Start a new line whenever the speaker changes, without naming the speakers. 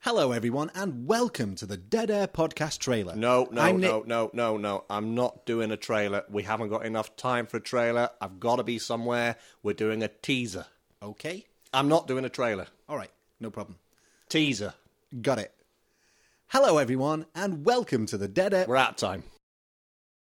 Hello, everyone, and welcome to the Dead Air podcast trailer.
No, no,
I'm Nick-
no, no, no, no. I'm not doing a trailer. We haven't got enough time for a trailer. I've got to be somewhere. We're doing a teaser.
Okay,
I'm not doing a trailer.
all right, no problem.
Teaser.
Got it. Hello, everyone, and welcome to the Dead Air.
We're out of time.